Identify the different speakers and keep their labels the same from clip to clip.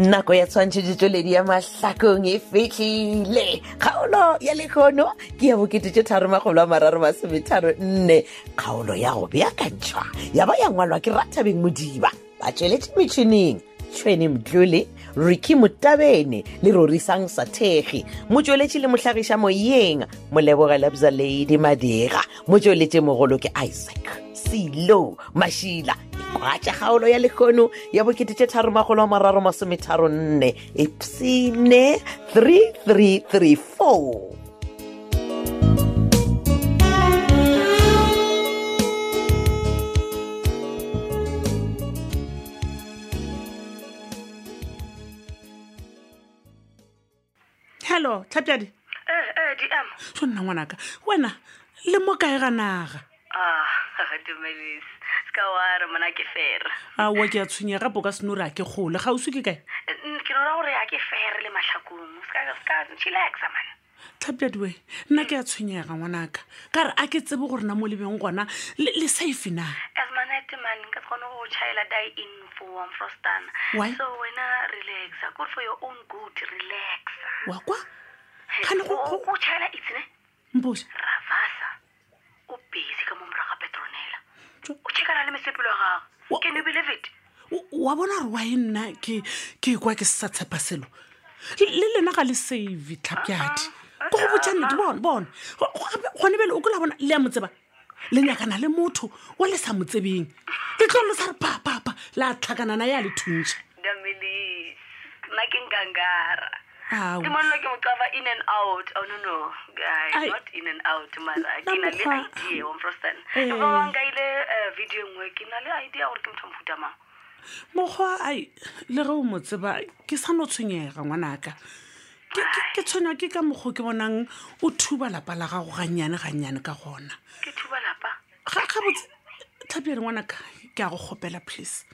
Speaker 1: nako ya tshwantšhetše tsweledi ya mahlakong e fitlhile kgaolo ya lekgono ke ya boketetše tharomagolo a mararo masometharo nne kgaolo ya go beakantšhwa ya ba ya ngwalwa ke rathabeng modiba ba tsweletše metšhineng tshwene mdlole riki motabene le rorisang sathegi motsweletši le mohlagiša moyeng moleboga labza ladi madega motsweletše mogolo ke isaac selo mašila ekwa tša kgaolo ya lekgono ya bokete tše tharomagolo a mararo masometharo nne epsene 3334
Speaker 2: hello thapjadi
Speaker 3: Eh, eh, di ama
Speaker 2: so nna ngwanaka wena le mo kae ga naga
Speaker 3: ah dumedise se ka wa re mona ke fera
Speaker 2: aowa ke a tshwenya gapo ka senore a ke kgole ga osi ke kae
Speaker 3: Eh, n- ke rora gore a ke fere le mahlakong se ka- se ka chilaxa mane
Speaker 2: thapjadi we nna ke a tshwenyega ngwanaka ka re a ke tsebe gore na mo lebeng gona le le safe na
Speaker 3: as manete mane nka se kgone go chaela die in for one frostana
Speaker 2: Why?
Speaker 3: so wena relaxa good for your own good relaxa
Speaker 2: wa kwa Kgane go- go-
Speaker 3: go chaela itsene
Speaker 2: mposa
Speaker 3: ravasa o busy ka mo morago ga petronela
Speaker 2: Tjo.
Speaker 3: o checkana le mesepelo ya
Speaker 2: Wa-
Speaker 3: gagwe can you believe it
Speaker 2: O- wa bona gore wa e nna ke ke kwa ke sa tshepa selo le le lena ga le save tlhapjadi ko go botsa nnete bone bone Go- go- gape gone bele o kola bona le ya mo tseba le nyakana le motho wa le sa mo tsebeng le tlo le sa re papapa le a tlhakanana ya le thuntšha
Speaker 3: damelis nna ke nkangara
Speaker 2: Au.
Speaker 3: ke monlo ke mocaba in and out oh no no
Speaker 2: Ai.
Speaker 3: guy not in and out mara ke na le
Speaker 2: mokgwa-
Speaker 3: idea wa mfrostan
Speaker 2: Eh.
Speaker 3: ba bankaile eh, video nngwe ke na le idea gore ke motho wa mofuta mang
Speaker 2: mokgwa ai le ge o mo tseba ke sa no tshwenyega ngwanaka Ke- ke- ke tshwenya ke ka mokgwa o ke bonang o thuba lapa la gago gannyane gannyane ka gona
Speaker 3: ke thuba lapa
Speaker 2: ga ga botse tlhapi re ngwanaka ke a go kgopela please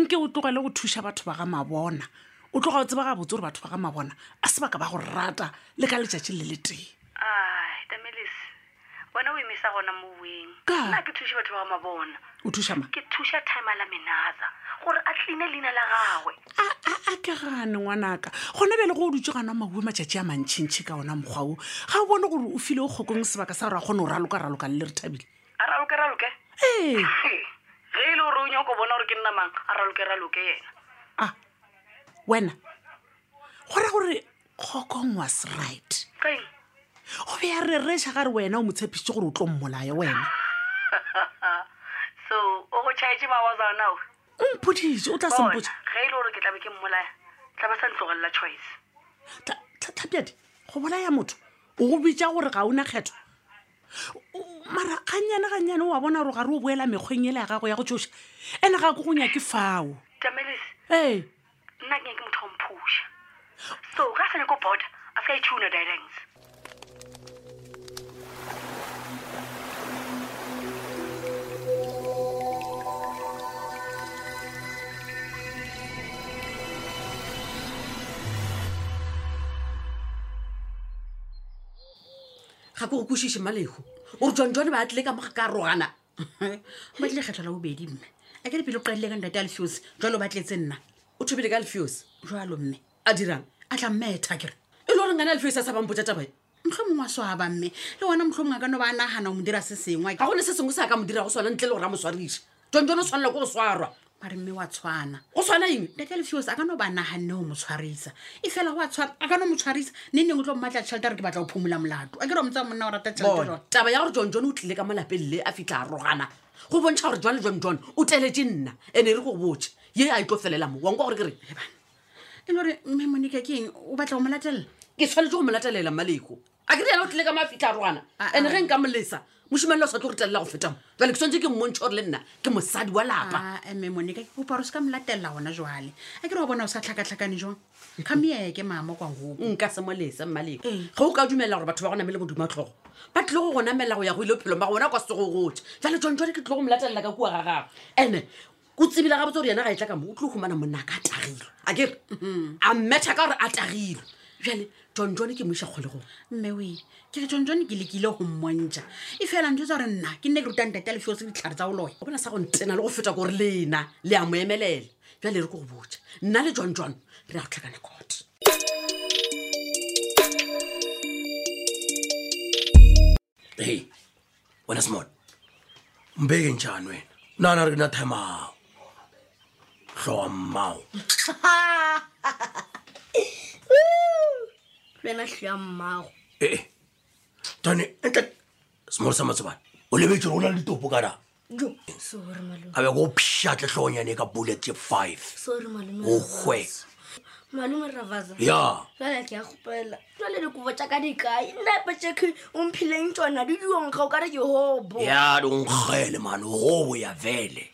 Speaker 2: nke o tlogele go thuša batho ba ga mabona o tloga o tseba ga botse gore batho ba ga mabona a sebaka ba go rata le ka letšatši le le tee
Speaker 3: ai damelis wena o emisa gona moweng
Speaker 2: Ka?
Speaker 3: nna ha ke thuse batho ba ga mabona
Speaker 2: o thuša ma
Speaker 3: ke thusa time la menaza gore a tline leina la gagwe
Speaker 2: a- a a ke gane ngwanaka gone bele go o dutse gana maue matšatši a mantšhintšhi ka ona mokgwa o ga o bone gore o file o kgokong sebaka sa gore a kgone go raloka-raloka le le re thabile
Speaker 3: a raloke raloke
Speaker 2: ee
Speaker 3: Hei, ge e le gore o nyako bona gore ke nna mang a raloke raloke yena
Speaker 2: a wena go ra gore kgokong was right
Speaker 3: ka eng
Speaker 2: go be ya rereša gare wena o mo tshepisitse gore o tlo mmolaya wena
Speaker 3: so o go chaetse mawasanao
Speaker 2: o mpodise o tla
Speaker 3: bona
Speaker 2: sempotse
Speaker 3: ge e le gore ke tlabe ke mmolaya tlabe sa ntlogelela choice
Speaker 2: tlhapjadi go bolaya motho o go bitsa gore ga ona kgetho O- mara gannyane gannyane o a bona gore gare o boela mekgweng ele ya gago ya go tsoša ande ga ko go nyake fao
Speaker 3: tamelis
Speaker 2: ee
Speaker 3: nna ke nyake motho wa mphuša so ne ga a sa nyako border a se ka ituna direns
Speaker 4: ga ke go kwešiše malego ore tswantswane ba tlile ka moga ka rogana ba tlile kgetlho la bobedi mme a ke lepele o qadile ka ntate a lefuse jalo ba tletse nna o thobile ka lefuse jalo mme a dirang a tla mmetha kere e le gore ngana lefuse a sa bampotsa tabae motlho mongwe a swaba mme le ona motlho mongwe a ka no ba a nagana o mo dira se sengwe ga gone se sengwe se a ka mo dira go swana ntle le gore a mo swariša tswantswane o tshwanela ko go swarwa mare mme wa tshwana go tshwana eng ntate lefios a ka no ba naganne go mo tshwarisa e fela go a tshwara a ka no mo tshwarisa ne neng o tlo mmatla tšhelete a re ke batla go phomola molato a ke re o motsa monna o rata
Speaker 5: Bona,
Speaker 4: tšhelete
Speaker 5: taba ya gore john john o tlile ka malapeng le a fitlha a rogana go bontšha gore jwale john john o teletse nna ande re go botse ye a e tlo felela mo wanka gore ke re
Speaker 4: e le gore mme monica ke eng o batla go mo latelela
Speaker 5: ke tshwanetse go molatelela maleko a ke re ena o tlile ka mafitlha a rogana
Speaker 4: Ah,
Speaker 5: and
Speaker 4: ah.
Speaker 5: ge nka molesa mosimane le o sa tlo go telela go fetamo jale ke tshwanetse ke mmontšhe gore le nna ke mosadi wa lapa
Speaker 4: Ah, eh, mme monica ke koparo se ka mo latelela gona jale a ke re wa bona o sa tlhakatlhakane jang kgameeke mama kwa goko
Speaker 5: nka se molesa mmaleko
Speaker 4: Eh.
Speaker 5: ga o ka dumelela gore batho ba go namele modimo tlhogo ba tlile go go namela go ya go ile phelo mago bona kwa sego gotse jale john jone ke tlile go molatelela ka kua ga gagwe ande o tsebile ga botse gore yena ga e tla ka mo o tlo humana monna a ka a tagilwe a kere a mmetha ka gore a tagilwe jale john john ke moisa kgolegong
Speaker 6: mme oe ke re tsontsone ke lekile go mmontšha e fela ntho tsa gore nna ke nne ke rutang tata lefio se ditlhare tsa oloya
Speaker 5: o bona sa go ntena le go feta gore le ena le a mo emelela jale re ko go botja nna le john john re a go tlhakana kot
Speaker 7: hey wena small mbeke njani wena nana ri na time out hlowa mmawu
Speaker 8: wena tlho ya mmago
Speaker 7: ee tani entle small e sa matsobane o lebetsere o na le topo kana
Speaker 8: jo sorry malome
Speaker 7: a beko o pšhatle tlhoonyane ka bullet ye five
Speaker 8: sorry malome
Speaker 7: o
Speaker 8: Ravaz.
Speaker 7: hwe
Speaker 8: malome ravaza
Speaker 7: ya
Speaker 8: jale ke ya gopela jale dikobo tsaka dikae nnape tseke o mphileng tsona di diongga o kare ke hobo
Speaker 7: ya donkgele mane gobo ya vele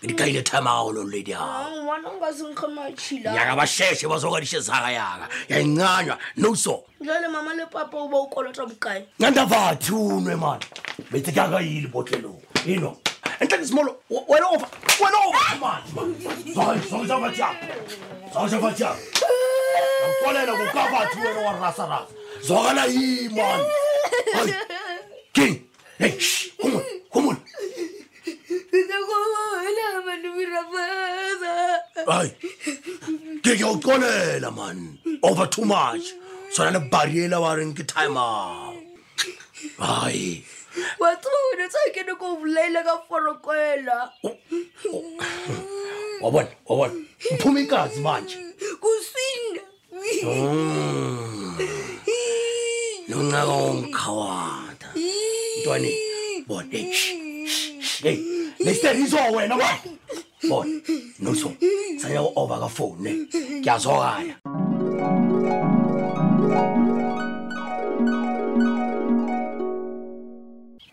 Speaker 7: ke dikaile time aolo ledi ao
Speaker 8: Ah, ngwana o nka senkge matšhila
Speaker 7: nyaka ba sheshe ba soka dishesaga yaka ya inganywa no so
Speaker 8: jale mama le papa o ba o kolota bokae
Speaker 7: nganda vathi unwe mani metsi ke akayile botlelong ino entle ke smolo wena ofa wena ofa mani zonja vatyaka zonja vatyaka namkolela koka vathi wena wa rasarasa zokala yi mani Hayi, king hey shh, khumula khumula hayi ke ke ucolela mani over too much sona le bariela wa reng ke time out hayi
Speaker 8: wa tseba one tsake ne ko bolaile ka forokwela
Speaker 7: wabona wabona mphuma ikazi manje
Speaker 8: kusinda
Speaker 7: noncaka womkhawata ntwane bona hey, eh, shh, shh, shh, hey nesteriso wena ba bona noso saya over ka phone eh? ne kuyazokaya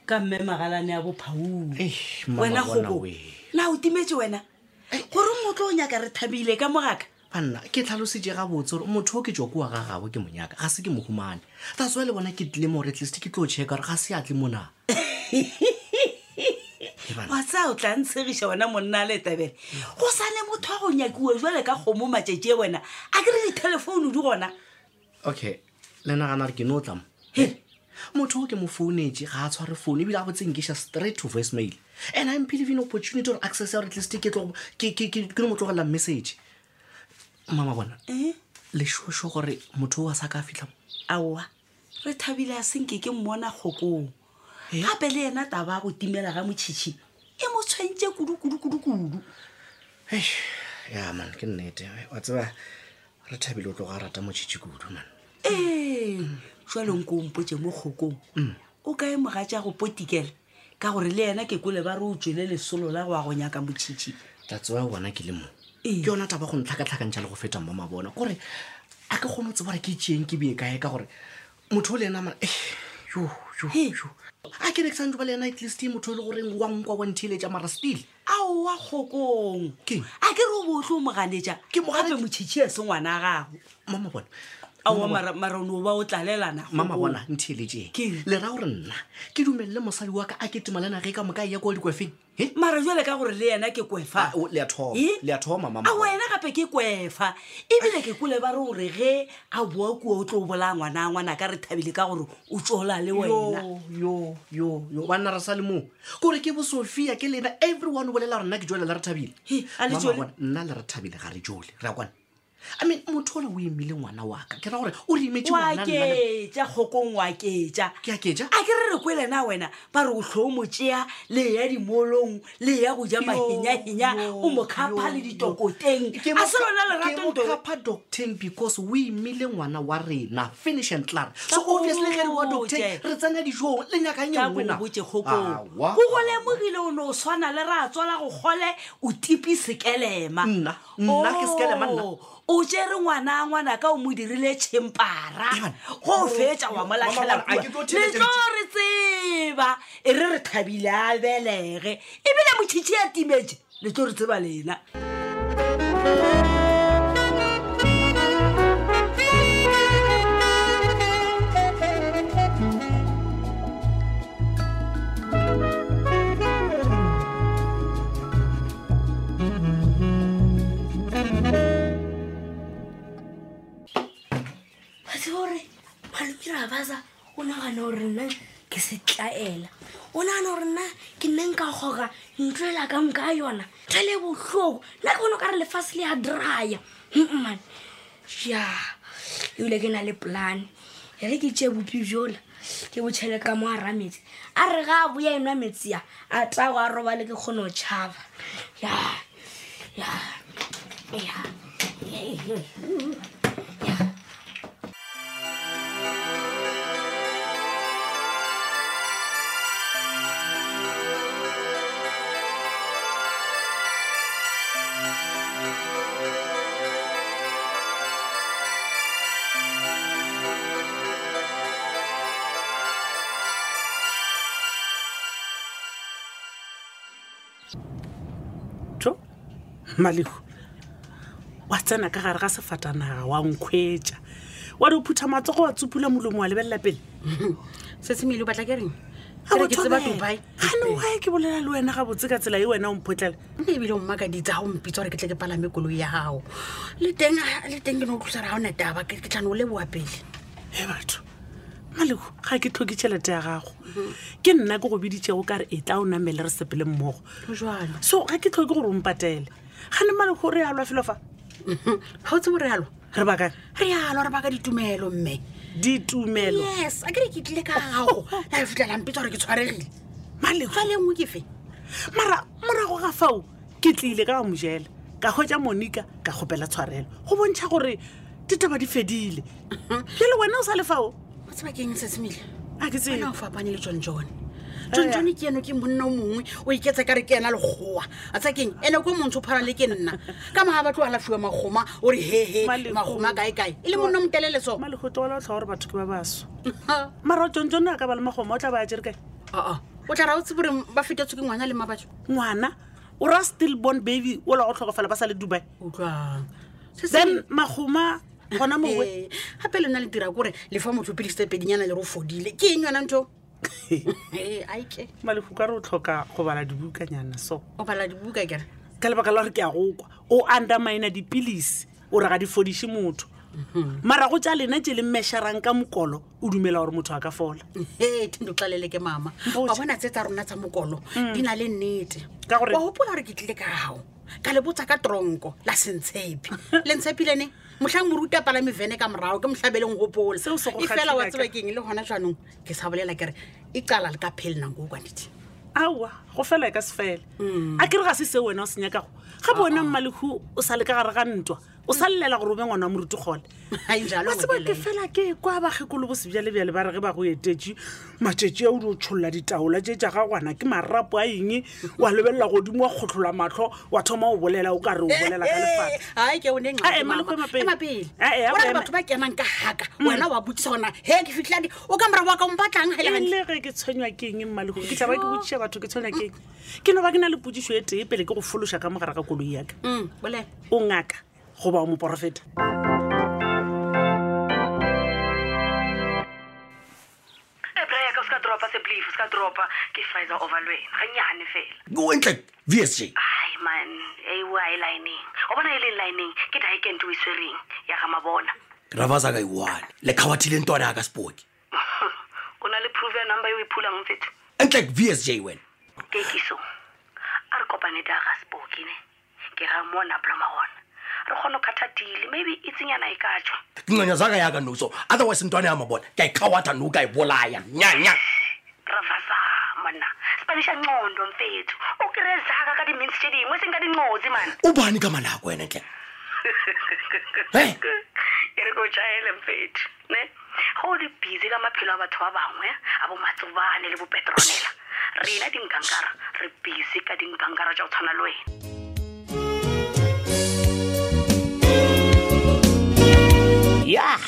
Speaker 6: ka mme magalane ya bophaule
Speaker 9: Wena kgopo,
Speaker 6: na o timetse wena gore motlo o nyaka re thabile ka mogaka
Speaker 9: banna ke tlhalosetse ga botse gore motho o ke tswa kua ga gabo ke monyaka ga se ke mo humane tatswa le bona ke tlile more at least ke tlo checka gore ga se atle mona
Speaker 6: wa tsa o tla ntshegiša wena monna a letabele
Speaker 9: Mm.
Speaker 6: go sane motho a go nyakiwa jale ka kgomo matšatši e wena a kere dithelefounu di gona
Speaker 9: okay le nagana re ke no tlamo he Eh, motho o ke mo founetse ga a tshware founu ebile a botsenkeša straight to voice mail and i mphile even opportunity gore access ya gore at least ke tlo- ke- ke ke- ke no mo tlogelela message mama bona
Speaker 6: Eh?
Speaker 9: leshoso gore motho o a sa ka fitlha
Speaker 6: aowa re thabile a senke ke mmona kgokong
Speaker 9: Eh?
Speaker 6: gape le ena taba a go timela ga motšhitšhi e mo tshwantse kudu-kudu-kudu-kudu
Speaker 9: ya man ke nnete wa tseba re thabile o tloga a rata motšhitši kudu man
Speaker 6: ee jwaleng ko mpotse mo kgokong o kae moga tja go potikela ka gore le ena ke kole ba re o tswele lesolo la go a go nyaka motšhitšhi
Speaker 9: tatsewa bona ke le mo
Speaker 6: Ee.
Speaker 9: ke yona taba go ntlhakatlhakantšha le go feta mo mabona kore a ke kgone go tseba gore ke tseeng ke bee kae ka gore motho o le ena mana yo yo
Speaker 6: Hei.
Speaker 9: yo a ke rekisang jo ba le ena at least motho e le goreng wa nkwa wa ntheletša mara still
Speaker 6: aowa kgokong
Speaker 9: Keng?
Speaker 6: a ke re o botlhe o moganetša ke mogape motšhitšhi e se ngwana a gago
Speaker 9: mama bona
Speaker 6: aowa mara- mara o ne o ba o tlalelana
Speaker 9: mama
Speaker 6: kgokong.
Speaker 9: bona ntheletšeng
Speaker 6: Keng?
Speaker 9: le ra gore nna ke dumelele mosadi wa ka a ke tema le nage ka moka ya ko dikwefeng he
Speaker 6: mara jale ka gore le ena ke
Speaker 9: Ah,
Speaker 6: kwefa
Speaker 9: o- le a thoma
Speaker 6: Eh?
Speaker 9: le a thoma mama
Speaker 6: a
Speaker 9: bona.
Speaker 6: wena gape ke kwefa ebile ke kole ba re ore ge a boa kua o tlo o bolaya ngwana a ngwana ka re thabile ka gore o tsola le wena
Speaker 9: yo yo yo yo banna re sa le moo kore ke bo sophia ke lena everyone o bolela gore nna ke jole le re thabile
Speaker 6: He, a
Speaker 9: Mama
Speaker 6: le Jole?
Speaker 9: bona, nna le re thabile ga re jole ra kwana i mean motho ole o emile ngwana waka ke ra gore o re imetse ngwana nna le-
Speaker 6: oaketša kgokong oaketša
Speaker 9: Ke a ketša?
Speaker 6: a ke re re kwele na wena ba re o tlho o mo tšea le ya dimolong le ya go ja mahenyahenya
Speaker 9: yo,
Speaker 6: o mo khapa
Speaker 9: yo,
Speaker 6: le
Speaker 9: yo.
Speaker 6: ditokoteng
Speaker 9: Ke
Speaker 6: a se
Speaker 9: mo-
Speaker 6: lona
Speaker 9: ke mo
Speaker 6: lerato
Speaker 9: kapa docteng because o emile ngwana wa rena finish and clar so obviously ge re wa docteng
Speaker 6: botse.
Speaker 9: re tsena dijong le nyakanye
Speaker 6: ka
Speaker 9: nngwe na
Speaker 6: bobotse kgokong
Speaker 9: Aowa.
Speaker 6: go go lemogile o ne o swana le ra tswala go gole o tipi sekelema
Speaker 9: Nna, nna ke sekelema, nna.
Speaker 6: Oh, o jere ngwana a ngwana ka o mo dirile tšhempara
Speaker 9: Ivan,
Speaker 6: go fetsa Ah, wa mo
Speaker 9: Mama,
Speaker 6: latlhela
Speaker 9: mama, a ke tlo
Speaker 6: kua.
Speaker 9: theletša
Speaker 6: le tlo re tseba e re re thabile a belege ebile motšhitšhi ya timetse le tlo re tseba lena
Speaker 8: wa tseba gore malomira basa o nagana gore nna ke se tlaela o nagana gore nna ke nne nka goga ntlo e lakang ka yona ntle le botlhoko nna ke bone o ka re lefase le ya drya mmane ja ebile ke na le polane ya re ke tšee bopi jola ke botšhele ka mo a rametsi a re ga a boya enwa metsi a a tago a robale ke kgone go tšhaba ya ya ya ya
Speaker 2: to malego wa tsena ka gare ga sefatanaga wa nkgwetsa wa di o phutha matsogo wa tsopula molomo wa lebelela pele
Speaker 4: setsemele o batla ke reng Ke
Speaker 2: A
Speaker 4: re
Speaker 2: wa
Speaker 4: ke tseba
Speaker 2: tshwanela.
Speaker 4: dubai
Speaker 2: gane wae e ke bolela le wena gabotse ka tsela e wena o mpotlela
Speaker 4: nne ebile o mmakaditse ga o mpitsa gore ke tle ke palame koloi ya gago le teng ah, le teng ke ne o tlosa re ga o netaba ke ke tlhano o leboa pele
Speaker 2: e batho malego ga ke tlhoke tšhelete ya gago ke nna ke go biditšego ka re e tla o namele re sepele mmogo
Speaker 4: jalo
Speaker 2: so ga ke tlhoke gore o mpatele gane malego re alwa felo fa
Speaker 4: ga Mhm. o tsebo realo
Speaker 2: re bakane
Speaker 4: re alo re baka ditumelo mme
Speaker 2: ditumelo
Speaker 4: yes a kere ke tlile ka gago la e fitlhelampitsa gore ke tshwaregile
Speaker 2: malego
Speaker 4: fa le nngwe ke fe
Speaker 2: mara morago ga fao ke tlile ka ba mojela ka hwetsa monica ka kgopela tshwarelo go bontšha gore ditaba di fedile pele wena o sa le fao
Speaker 4: o tseba keng setsemele
Speaker 2: a ke tsee
Speaker 4: wena o fapane le john john john john ke eno ke monna o mongwe o iketsa ka re ke ena lekgowa a tsa keng ene ko montsho o phara le ke nna ka maa batlo alafiwa magoma ore hehe
Speaker 2: Malekong.
Speaker 4: magoma kaekae e le monna o moteleleso
Speaker 2: malegotoela o tlha gore batho ke ba baso mara tsontsone a ka ba le magoma o tla ba a jere kae
Speaker 4: aa o tla ra o tsebore ba fetetswe ke ngwana le mabatso
Speaker 2: ngwana o ra stillborn baby o la o tlhokofala ba sa le dubai
Speaker 4: utlwang
Speaker 2: then magoma gona mowe
Speaker 4: Eh, gape le nna le dira kore le fa motho o pedisitse pedinyana le re o fodile ke eng yona ntho Eh, aike
Speaker 2: malego ka re o tlhoka go bala dibukanyana so
Speaker 4: o bala dibuka kere
Speaker 2: ka lebaka la gore ke a go kwa o undermina dipilisi o re ga di fodiše motho marago tša lena tse le mešarang ka mokolo o dumela gore motho a ka fola
Speaker 4: ee thendo tlaleleke mama
Speaker 2: Mpotse.
Speaker 4: wa bona tse tsa rona tsa mokolo di na le nnete
Speaker 2: Mm. Ka gore-
Speaker 4: wa gopola gore ke tlile ka gago ka le botsa ka tronko la sentshepi le ntshepilene motlhang moruta palame vene ka morago ke motlhabeleng gopola
Speaker 2: Seo se go
Speaker 4: efela wa
Speaker 2: kgatlhila
Speaker 4: tseba
Speaker 2: ka-
Speaker 4: keng le gona jaanong ke sa bolela kere e cala le ka phele nanko o kwanete
Speaker 2: aowa go fela e ka se fele a kere ga se seo wena o se nyakago gape wena mmalego o sa le ka gare ga ntwa o sa llela gore o be ngwana wa moruti gole
Speaker 4: Ai, jalo
Speaker 2: wa tseba
Speaker 4: ngwanelaele.
Speaker 2: ke fela ke kwa bagekolo bosebjalebjale ba re ge ba go etetse matšatši ao di o tšholola ditaola tše tša gagwana ke marapo a eng wa lebelela godimo wa kgotlhola matlho wa thoma o bolela o ka re o bolela ka lefatshe
Speaker 4: ai ke one
Speaker 2: Ah, eh, maloko ema pele.
Speaker 4: emapele
Speaker 2: Ah, eh, Mm.
Speaker 4: ona E le
Speaker 2: ema-
Speaker 4: batho ba kenang ka haka wena wa botsisa gona he ke fitlhiladi o ka morago wa ka ompatlang hele
Speaker 2: ele ge ke tshwenywa ke eng mmalego ke tla ba ke botšiša batho ke tshwenywa ke eng ke no ba ke na le podiso e tee pele ke go fološa ka mogare ga koloi yaka
Speaker 4: bolela
Speaker 2: o ngaka goba o moporofeta
Speaker 3: ebreka o se ka dropa seblief o se ka dropa ke fizer over le wena gannyane fela
Speaker 7: o entle vsj
Speaker 3: ai man eiwa e lineng o bona e leng lineng ke diekent o e swereng ya ga mabona
Speaker 7: gravaza ka e iwane lekhawathile ntwana yaka spoki
Speaker 3: o na le proof ya number yo e phulang mfetho
Speaker 7: entle vsj wena
Speaker 3: tekiso a re kopane daga spoki ne ke ga mona plomagona re kgone go kgathatile maybe e tsenyana e ka tswa
Speaker 7: kunganyazaka yaka noso otherwise ntwana yamabona kayikhawathwa nokayibolaya nyanya
Speaker 3: ravasa monna spanisha ncondo mfethu o kry-e zaka ka di-mins tse dingwe e seng ka dinqotsi mane
Speaker 7: ubani ka malako wena entle Hey.
Speaker 3: e re ko jaele mfethu ne go le busy ka maphelo a batho ba bangwe a bo matsobane le bo petronela rena dinkankara re busy ka dinkankara tsa go tshwana le wena
Speaker 1: ya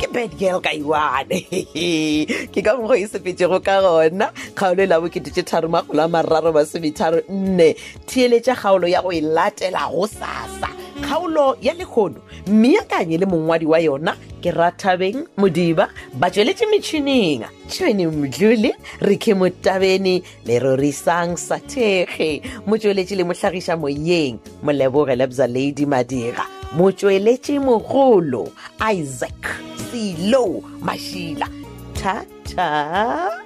Speaker 1: ke bad girl ka iwane ke ka mokgwa e sepetsego ka gona kgaolo e laboketee tharo magolo a mararo masometharo nne theeletša kgaolo ya go e latela go sasa kgaolo ya lekgono mmeakanye le mongwadi wa yona ke rathabeng modiba ba tsweletše metšhineng tšhweni mdlole re ke motabene le rorisang sathege motsweletši le mohlagiša moyeng moleboge lebza ladi madira motsweletši mogolo isaac selo mašila thata